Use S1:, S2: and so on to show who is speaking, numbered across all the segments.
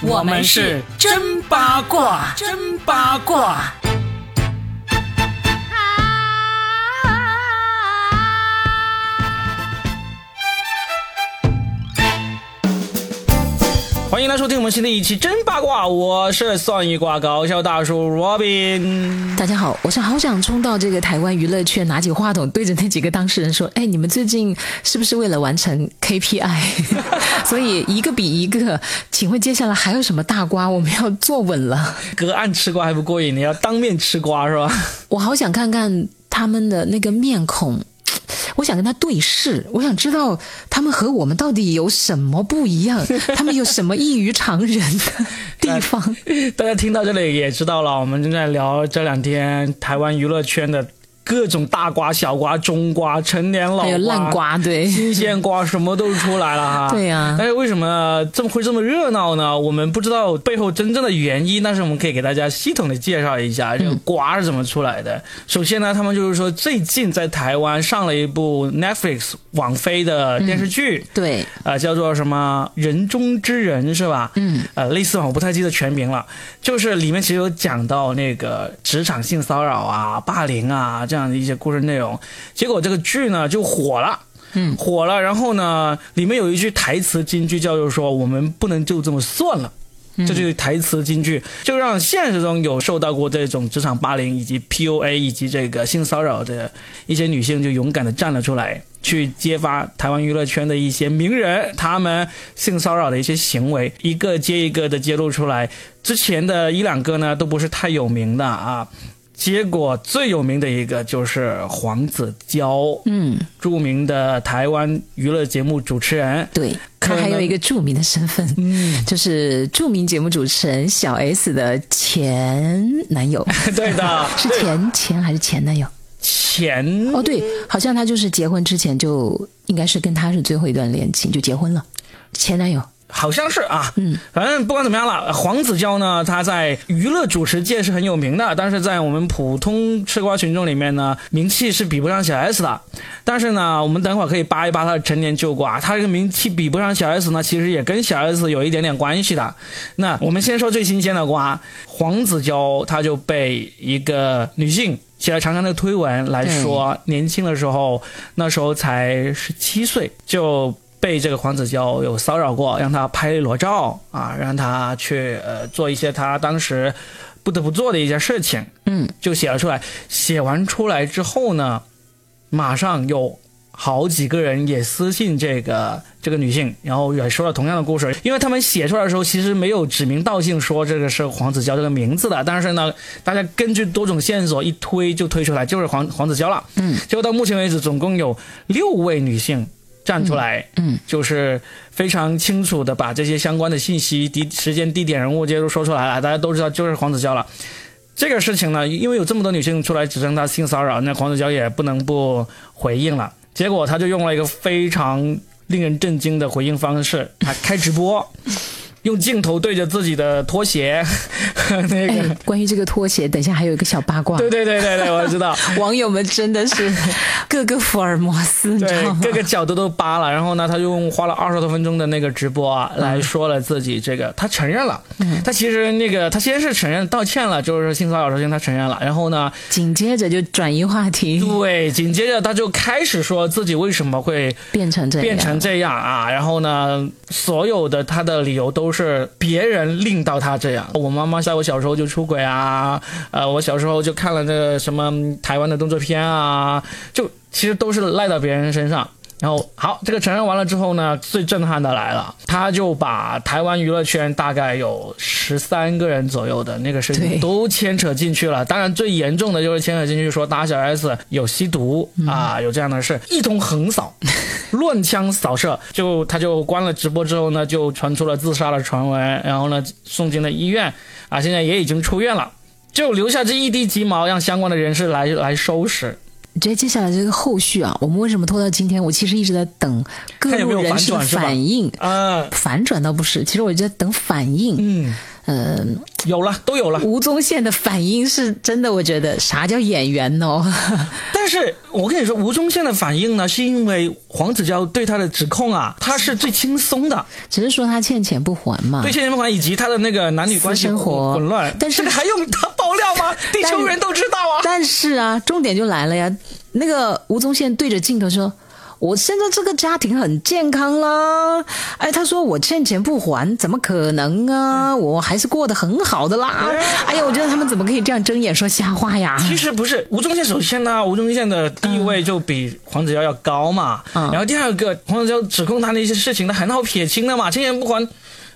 S1: 我们是真八卦，真八卦。
S2: 欢迎来收听我们新的一期《真八卦》，我是算一卦搞笑大叔 Robin。
S3: 大家好，我是好想冲到这个台湾娱乐圈，拿起话筒对着那几个当事人说：“哎，你们最近是不是为了完成 KPI，所 以一个比一个？请问接下来还有什么大瓜我们要坐稳了？
S2: 隔岸吃瓜还不过瘾，你要当面吃瓜是吧？
S3: 我好想看看他们的那个面孔，我想跟他对视，我想知道他们和我们到底有什么不 一样，他们有什么异于常人的地 方？
S2: 大家听到这里也知道了，我们正在聊这两天台湾娱乐圈的各种大瓜、小瓜、中瓜、陈年老瓜、
S3: 还有烂、瓜，对。”
S2: 新鲜瓜，什么都出来了哈。
S3: 对呀
S2: 但是为什么这么会这么热闹呢？我们不知道背后真正的原因，但是我们可以给大家系统的介绍一下这个瓜是怎么出来的。首先呢，他们就是说最近在台湾上了一部 Netflix 网飞的电视剧。
S3: 对，
S2: 啊，叫做什么“人中之人”是吧？嗯，呃，类似吧，我不太记得全名了。就是里面其实有讲到那个职场性骚扰啊、霸凌啊这样的一些故事内容。结果这个剧呢就火了。嗯，火了。然后呢，里面有一句台词金句叫做说：“我们不能就这么算了。”这就是台词金句，就让现实中有受到过这种职场霸凌以及 PUA 以及这个性骚扰的一些女性就勇敢的站了出来，去揭发台湾娱乐圈的一些名人他们性骚扰的一些行为，一个接一个的揭露出来。之前的一两个呢都不是太有名的啊，结果最有名的一个就是黄子佼，
S3: 嗯，
S2: 著名的台湾娱乐节目主持人，
S3: 对，
S2: 可
S3: 他还有
S2: 能
S3: 一个著名的身份，嗯，就是著名节目主持人小 S 的前 男友，
S2: 对的，
S3: 是前前还是前男友？
S2: 前
S3: 哦，对，好像他就是结婚之前就应该是跟他是最后一段恋情，就结婚了，前男友。
S2: 好像是啊，嗯，反正不管怎么样了，黄子佼呢，他在娱乐主持界是很有名的，但是在我们普通吃瓜群众里面呢，名气是比不上小 S 的。但是呢，我们等会儿可以扒一扒他的陈年旧瓜，他这个名气比不上小 S 呢，其实也跟小 S 有一点点关系的。那我们先说最新鲜的瓜，黄子佼他就被一个女性。写了长长的推文来说，年轻的时候，那时候才十七岁，就被这个黄子佼有骚扰过，让他拍裸照啊，让他去呃做一些他当时不得不做的一些事情，
S3: 嗯，
S2: 就写了出来。写完出来之后呢，马上有好几个人也私信这个这个女性，然后也说了同样的故事。因为他们写出来的时候，其实没有指名道姓说这个是黄子佼这个名字的，但是呢，大家根据多种线索一推就推出来就是黄黄子佼了。嗯，结果到目前为止，总共有六位女性站出来，
S3: 嗯嗯
S2: 就是非常清楚的把这些相关的信息、地时间、地点、人物这些都说出来了，大家都知道就是黄子佼了。这个事情呢，因为有这么多女性出来指证他性骚扰，那黄子佼也不能不回应了。结果他就用了一个非常令人震惊的回应方式，他开直 播，用镜头对着自己的拖鞋， 那个，
S3: 哎，关于这个拖鞋，等一下还有一个小八卦，
S2: 对对对对对，我知道。
S3: 网友们真的 是各个福尔摩斯，你知道
S2: 对
S3: 吗，？
S2: 各个角度都扒了。然后呢，他就用花了二十多分钟的那个直播啊，来说了自己这个，他承认了。
S3: 嗯
S2: 他其实那个，他先是承认道歉了，就是性骚扰事情他承认了。然后呢，
S3: 紧接着就转移话题，
S2: 对，紧接着他就开始说自己为什么会
S3: 变成这样，
S2: 变成这样啊。然后呢，所有的他的理由都是别人令到他这样。我妈妈在我小时候就出轨啊，呃，我小时候就看了那个什么台湾的动作片啊，就其实都是赖到别人身上。然后好，这个承认完了之后呢，最震撼的来了，他就把台湾娱乐圈大概有十三个人左右的那个事情
S3: 对
S2: 都牵扯进去了。当然，最严重的就是牵扯进去说打小 S 有吸毒、啊，有这样的事，一通横扫，乱枪扫射。就他就关了直播之后呢，就传出了自杀的传闻，然后呢送进了医院啊，现在也已经出院了。就留下这一地鸡毛，让相关的人士来来收拾。
S3: 我觉得接下来这个后续啊，我们为什么拖到今天？我其实一直在等各
S2: 看有没
S3: 路
S2: 有
S3: 人士的
S2: 反转是吧
S3: 反应。
S2: 啊、
S3: 反转倒不是，其实我就在等反应。
S2: 嗯，
S3: 呃
S2: 有了，都有了。
S3: 吴宗宪的反应是真的，我觉得啥叫演员哦？
S2: 但是我跟你说，吴宗宪的反应呢，是因为黄子佼对他的指控啊，他是最轻松的，
S3: 只是说他欠钱不还嘛。
S2: 对欠钱不还以及他的那个男女关系
S3: 私生活
S2: 混乱，
S3: 但是
S2: 这个还用他爆料 吗？地球人都知道啊。
S3: 但是啊，重点就来了呀，那个吴宗宪对着镜头说。我现在这个家庭很健康啦，哎，他说我欠钱不还，怎么可能啊？我还是过得很好的啦。哎呀，我觉得他们怎么可以这样睁眼说瞎话呀？
S2: 其实不是，吴宗宪首先呢，吴宗宪的地位就比黄子佼要高嘛。
S3: 嗯
S2: 然后第二个，黄子佼指控他的一些事情，他很好撇清的嘛，欠钱不还，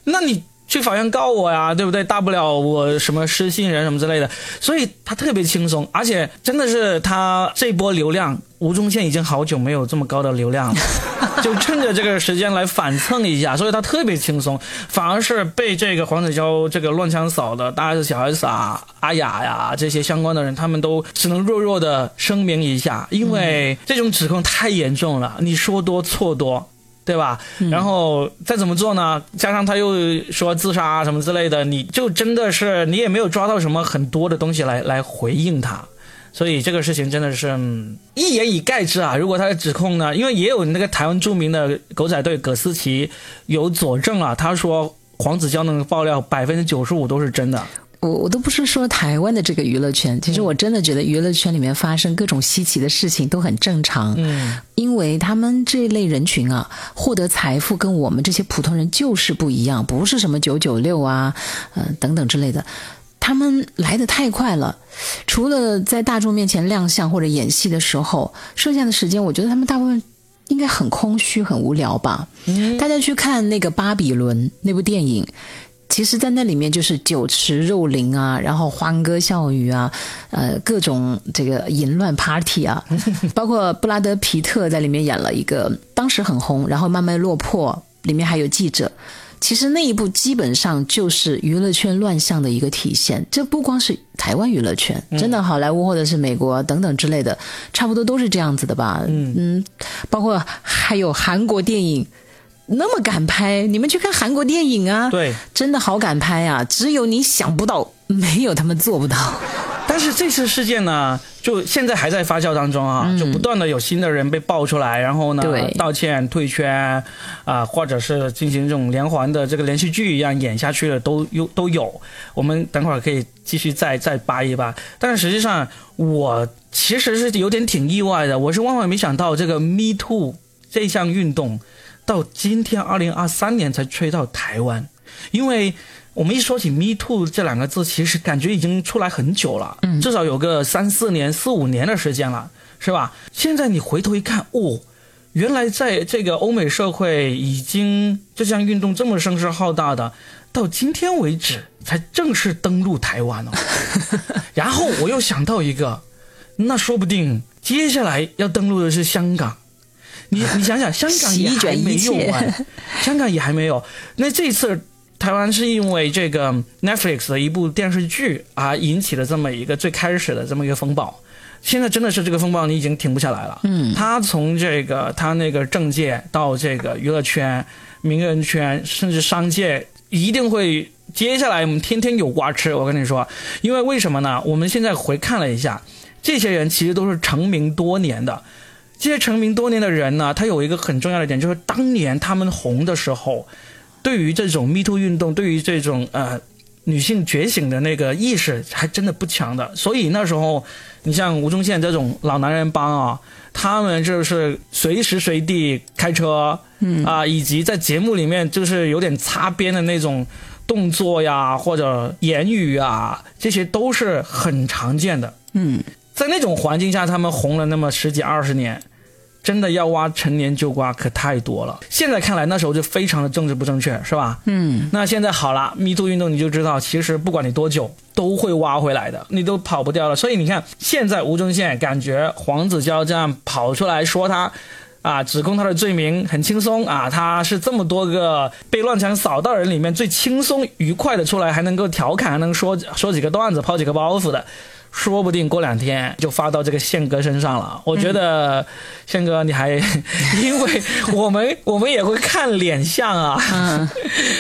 S2: 那你去法院告我呀，对不对？大不了我什么失信人什么之类的，所以他特别轻松，而且真的是他这波流量。吴宗宪已经好久没有这么高的流量了， 就趁着这个时间来反蹭一下，所以他特别轻松，反而是被这个黄子佼这个乱枪扫的，大 S、小 S 啊、阿雅呀、这些相关的人，他们都只能弱弱的声明一下，因为这种指控太严重了，你说多错多。对吧？然后再怎么做呢？加上他又说自杀啊什么之类的，你就真的是你也没有抓到什么很多的东西来来回应他，所以这个事情真的是、嗯一言以概之啊。如果他的指控呢，因为也有那个台湾著名的狗仔队葛思琪有佐证啊，他说黄子佼那个爆料百分之九十五都是真的。
S3: 我我都不是说台湾的这个娱乐圈，其实我真的觉得娱乐圈里面发生各种稀奇的事情都很正常，
S2: 嗯，
S3: 因为他们这一类人群啊，获得财富跟我们这些普通人就是不一样，不是什么九九六啊，呃等等之类的，他们来的太快了。除了在大众面前亮相或者演戏的时候，剩下的时间，我觉得他们大部分应该很空虚、很无聊吧。大家去看那个《巴比伦》那部电影。其实，在那里面就是酒池肉林啊，然后欢歌笑语啊，呃，各种这个淫乱 party 啊，包括布拉德皮特在里面演了一个当时很红，然后慢慢落魄，里面还有记者。其实那一部基本上就是娱乐圈乱象的一个体现，这不光是台湾娱乐圈，真的好莱坞或者是美国等等之类的，差不多都是这样子的吧。嗯包括还有韩国电影，那么敢拍，你们去看韩国电影啊，
S2: 对。
S3: 真的好敢拍啊！只有你想不到，没有他们做不到。
S2: 但是这次事件呢，就现在还在发酵当中啊，就不断的有新的人被爆出来，然后呢
S3: 对
S2: 道歉、退圈啊、或者是进行这种连环的这个连续剧一样演下去的都有都有。我们等会儿可以继续再再扒一扒。但是实际上，我其实是有点挺意外的，我是万万没想到这个 Me Too 这项运动到今天二零二三年才吹到台湾，因为。我们一说起 “me too” 这两个字，其实感觉已经出来很久了，嗯，至少有个三四年、四五年的时间了，是吧？现在你回头一看，哦，原来在这个欧美社会，已经这项运动这么声势浩大的，到今天为止才正式登陆台湾哦。然后我又想到一个，那说不定接下来要登陆的是香港。你你想 想，香港也还
S3: 席卷
S2: 没
S3: 一切
S2: 用完， 香港也还没有。那这一次台湾是因为这个 Netflix 的一部电视剧啊，引起了这么一个最开始的这么一个风暴。现在真的是这个风暴，你已经停不下来了。嗯，他从这个他那个政界到这个娱乐圈、名人圈，甚至商界，一定会接下来我们天天有瓜吃。我跟你说，因为为什么呢？我们现在回看了一下，这些人其实都是成名多年的。这些成名多年的人呢，他有一个很重要的点，就是当年他们红的时候，对于这种 Me Too 运动，对于这种呃女性觉醒的那个意识，还真的不强的。所以那时候，你像吴宗宪这种老男人帮啊，他们就是随时随地开车，嗯啊、以及在节目里面就是有点擦边的那种动作呀，或者言语啊，这些都是很常见的。
S3: 嗯，
S2: 在那种环境下，他们红了那么十几二十年，真的要挖陈年旧瓜可太多了。现在看来，那时候就非常的政治不正确，是吧？嗯。那现在好了，Me Too 运动你就知道，其实不管你多久，都会挖回来的，你都跑不掉了。所以你看，现在吴宗宪感觉黄子佼这样跑出来说他。啊，指控他的罪名很轻松啊，他是这么多个被乱枪扫到人里面最轻松愉快的出来，还能够调侃，还能说说几个段子，抛几个包袱的。说不定过两天就发到这个宪哥身上了。我觉得宪哥你还， 因为我们我们也会看脸相啊。
S3: 嗯，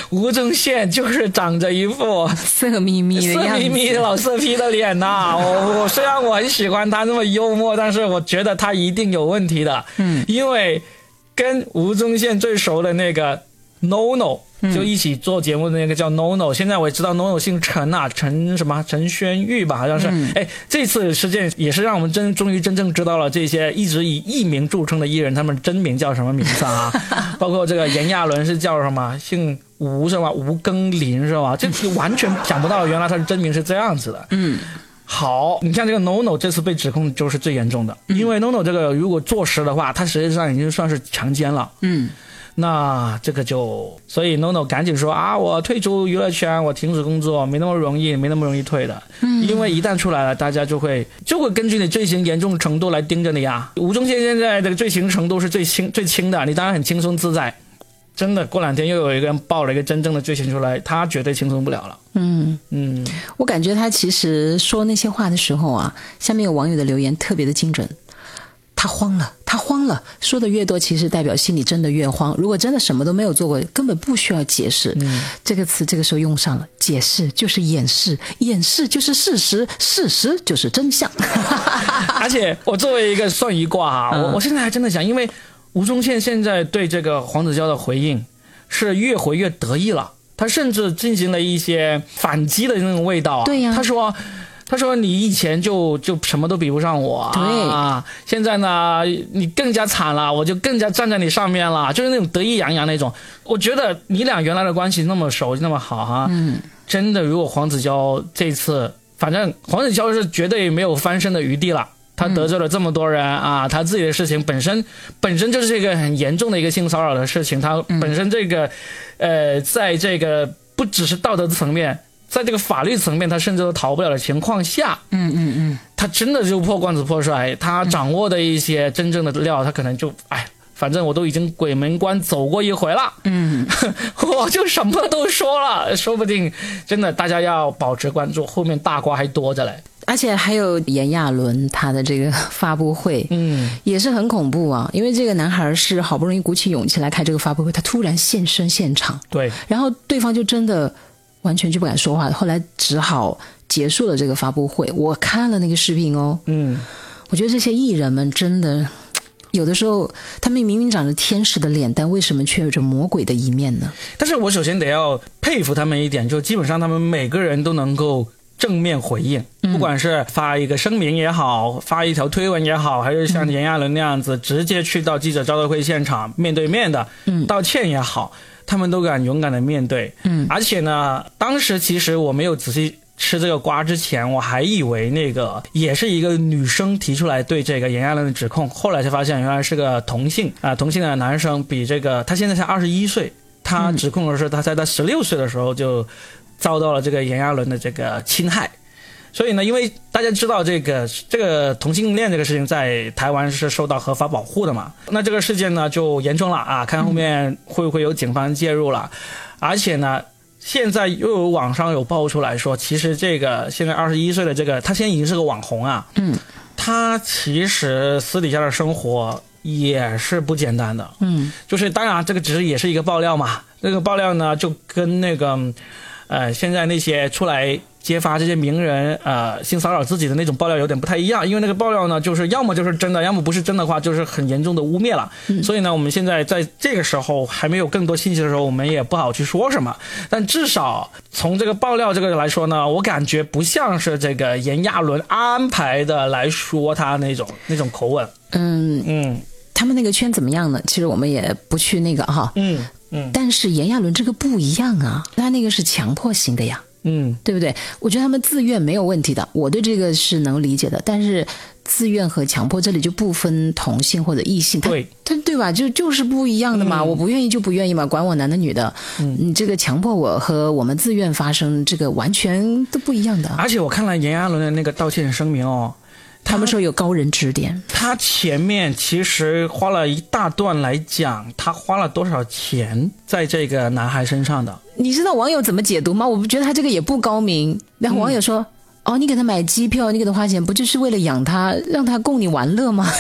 S2: 吴宗宪就是长着一副
S3: 色眯眯的
S2: 色
S3: 样
S2: 眯
S3: 子，
S2: 眯老色批的脸呐、我我虽然我很喜欢他那么幽默，但是我觉得他一定有问题的。
S3: 嗯，
S2: 因为跟吴宗宪最熟的那个 NONO。就一起做节目的那个叫 NONO，、现在我也知道 NONO 姓陈啊，陈什么陈轩玉吧，好像是。哎、这次事件也是让我们真终于真正知道了这些一直以艺名著称的艺人，他们真名叫什么名字啊？包括这个炎亚纶是叫什么，姓吴是吧？吴庚林是吧？这完全想不到，原来他的真名是这样子的。
S3: 嗯
S2: 好，你看这个 NONO 这次被指控就是最严重的，
S3: 嗯
S2: 因为 NONO 这个如果坐实的话，他实际上已经算是强奸了。
S3: 嗯
S2: 那这个就，所以 NONO 赶紧说啊，我退出娱乐圈，我停止工作，没那么容易，没那么容易退的。嗯，因为一旦出来了，大家就会就会根据你罪行严重程度来盯着你啊。吴宗宪现在的罪行程度是最轻最轻的，你当然很轻松自在。真的，过两天又有一个人爆了一个真正的罪行出来，他绝对轻松不了了。
S3: 嗯，
S2: 嗯，
S3: 我感觉他其实说那些话的时候啊，下面有网友的留言特别的精准。他慌了，他慌了。说的越多，其实代表心里真的越慌。如果真的什么都没有做过，根本不需要解释。
S2: 嗯
S3: 这个词这个时候用上了，解释就是掩饰，掩饰就是事实，事实就是真相。
S2: 而且我作为一个算一卦啊，
S3: 嗯
S2: 我我现在还真的想，因为吴宗宪现在对这个黄子佼的回应是越回越得意了，他甚至进行了一些反击的那种味道啊。
S3: 对呀
S2: 他说。他说：“你以前就就什么都比不上我啊，现在呢，你更加惨了，我就更加站在你上面了，就是那种得意洋洋那种。我觉得你俩原来的关系那么熟，那么好哈、
S3: 嗯，
S2: 真的，如果黄子佼这次，反正黄子佼是绝对没有翻身的余地了。他得罪了这么多人、啊，他自己的事情本身本身就是一个很严重的一个性骚扰的事情，他本身这个，呃，在这个不只是道德层面，在这个法律层面，他甚至都逃不了的情况下，
S3: 嗯嗯嗯，
S2: 他真的就破罐子破摔，他掌握的一些真正的料，他可能就哎，反正我都已经鬼门关走过一回了，嗯， 我就什么都说了，说不定真的大家要保持关注，后面大瓜还多着嘞，
S3: 而且还有炎亚纶他的这个发布会，
S2: 嗯，
S3: 也是很恐怖啊，因为这个男孩是好不容易鼓起勇气来开这个发布会，他突然现身现场，
S2: 对，
S3: 然后对方就真的完全就不敢说话，后来只好结束了这个发布会。我看了那个视频哦，
S2: 嗯，
S3: 我觉得这些艺人们真的。有的时候，他们明明长着天使的脸，但为什么却有着魔鬼的一面呢？
S2: 但是我首先得要佩服他们一点，就基本上他们每个人都能够正面回应，不管是发一个声明也好，发一条推文也好，还是像炎亚纶那样子、直接去到记者招待会现场面对面的、道歉也好，他们都敢勇敢的面对。嗯，而且呢，当时其实我没有仔细。吃这个瓜之前，我还以为那个也是一个女生提出来对这个炎亚纶的指控，后来才发现原来是个同性啊、同性的男生，比这个他现在才二十一岁，他指控的是他在他十六岁的时候就遭到了这个炎亚纶的这个侵害。所以呢，因为大家知道这个这个同性恋这个事情在台湾是受到合法保护的嘛，那这个事件呢就严重了啊，看后面会不会有警方介入了，而且呢。现在又有网上有爆出来说，其实这个现在二十一岁的这个，他现在已经是个网红啊。
S3: 嗯，
S2: 他其实私底下的生活也是不简单的。
S3: 嗯
S2: 就是当然这个只是也是一个爆料嘛，那个爆料呢就跟那个，嗯呃，现在那些出来揭发这些名人呃性骚扰自己的那种爆料有点不太一样，因为那个爆料呢就是要么就是真的，要么不是真的话就是很严重的污蔑了。所以呢，我们现在在这个时候还没有更多信息的时候，我们也不好去说什么。但至少从这个爆料这个来说呢，我感觉不像是这个炎亚纶安排的来说他那种那种口吻。
S3: 嗯，
S2: 嗯
S3: 他们那个圈怎么样呢？其实我们也不去那个哈，
S2: 嗯嗯
S3: 但是炎亚纶这个不一样啊，他那个是强迫型的呀。
S2: 嗯，
S3: 对不对？我觉得他们自愿没有问题的，我对这个是能理解的。但是自愿和强迫这里就不分同性或者异性，他
S2: 对
S3: 他对吧？就就是不一样的嘛，我不愿意就不愿意嘛，管我男的女的。你这个强迫我和我们自愿发生这个完全都不一样的啊。
S2: 而且我看了炎亚纶的那个道歉声明哦，
S3: 他们说有高人指点，
S2: 他前面其实花了一大段来讲他花了多少钱在这个男孩身上的。嗯
S3: 你知道网友怎么解读吗？我不觉得他这个也不高明。然后网友说。哦，你给他买机票，你给他花钱，不就是为了养他，让他供你玩 乐吗？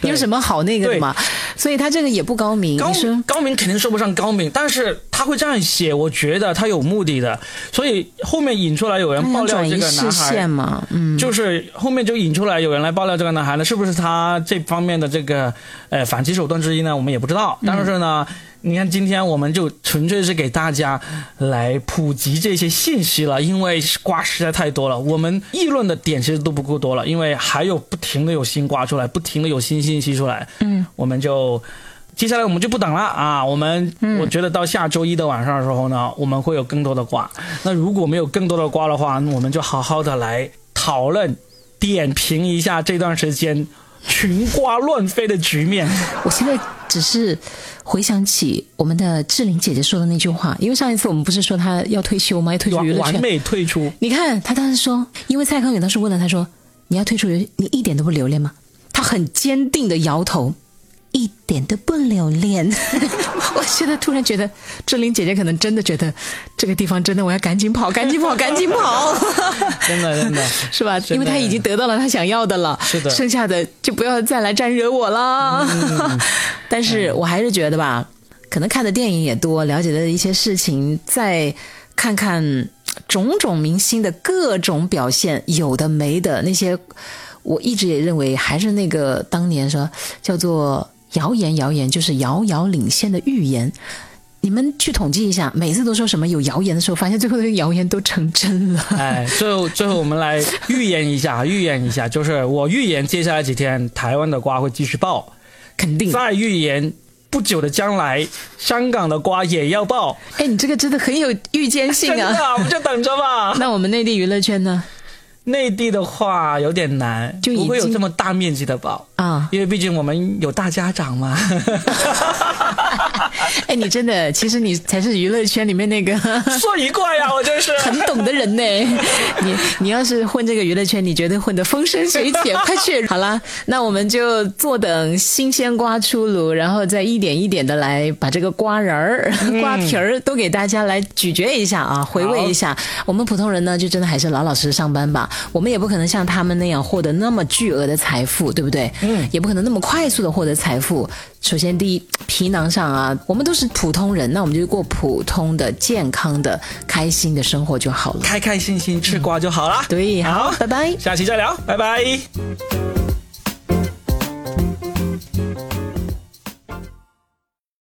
S2: 对
S3: 有什么好那个的
S2: 对
S3: 嘛？所以他这个也不高明。
S2: 高
S3: 你说
S2: 高明肯定说不上高明，但是他会这样写，我觉得他有目的的，所以后面引出来有
S3: 他
S2: 人爆料
S3: 想转
S2: 这
S3: 移
S2: 个
S3: 视
S2: 男
S3: 线
S2: 孩，
S3: 嘛？ 嗯，
S2: 就是后面就引出来有人来爆料这个男孩呢，是不是他这方面的这个呃反击手段之一呢？我们也不知道，但是呢。你看，今天我们就纯粹是给大家来普及这些信息了，因为瓜实在太多了，我们议论的点其实都不够多了，因为还有不停的有新瓜出来，不停的有新信息出来，嗯，我们就接下来我们就不等了啊！我们、我觉得到下周一的晚上的时候呢，我们会有更多的瓜。那如果没有更多的瓜的话，那我们就好好的来讨论、点评一下这段时间群瓜乱飞的局面。
S3: 我现在只是回想起我们的志玲姐姐说的那句话，因为上一次我们不是说她要退休吗？要退出
S2: 完
S3: 娱乐圈
S2: 完，美退出，
S3: 你看他当时说，因为蔡康永当时问了他说：“你要退出游戏，你一点都不留恋吗？”他很坚定的摇头，一点都不留恋。我现在突然觉得，志玲姐姐可能真的觉得这个地方真的我要赶紧跑，赶紧跑，赶紧跑，
S2: 真的真的。
S3: 是吧？
S2: 的
S3: 因为她已经得到了她想要的了，
S2: 是的
S3: 剩下的就不要再来沾惹我了。
S2: 嗯
S3: 但是我还是觉得吧，可能看的电影也多，了解的一些事情，再看看种种明星的各种表现，有的没的那些，我一直也认为还是那个当年说叫做谣言，谣言就是遥遥领先的预言。你们去统计一下，每次都说什么有谣言的时候，发现最后那个谣言都成真 了。
S2: 哎，最后最后我们来预言一下，预言一下，就是我预言接下来几天台湾的瓜会继续爆，
S3: 肯定。
S2: 再预言不久的将来香港的瓜也要爆。
S3: 哎，你这个真的很有预见性
S2: 真的
S3: 啊。
S2: 啊，我们就等着吧。
S3: 那我们内地娱乐圈呢？
S2: 内地的话有点难，
S3: 就已经
S2: 不会有这么大面积的爆，
S3: 啊，
S2: 因为毕竟我们有大家长 嘛。
S3: 哎，你真的，其实你才是娱乐圈里面那个
S2: 说一怪呀、我真是。
S3: 很懂的人呢。 你你要是混这个娱乐圈，你绝对混得风生水起。 快去，好啦，那我们就坐等新鲜瓜出炉，然后再一点一点的来把这个瓜仁儿、 瓜皮儿都给大家来咀嚼一下啊，回味一下。我们普通人呢，就真的还是老老实实上班吧。我们也不可能像他们那样获得那么巨额的财富，对不对？嗯，也不可能那么快速的获得财富。首先，第一，皮囊上啊，我们都是普通人，那我们就过普通的、健康的、开心的生活就好了。
S2: 开开心心吃瓜就好啦。
S3: 对，好
S2: 好，
S3: 拜拜。
S2: 下期再聊，拜拜。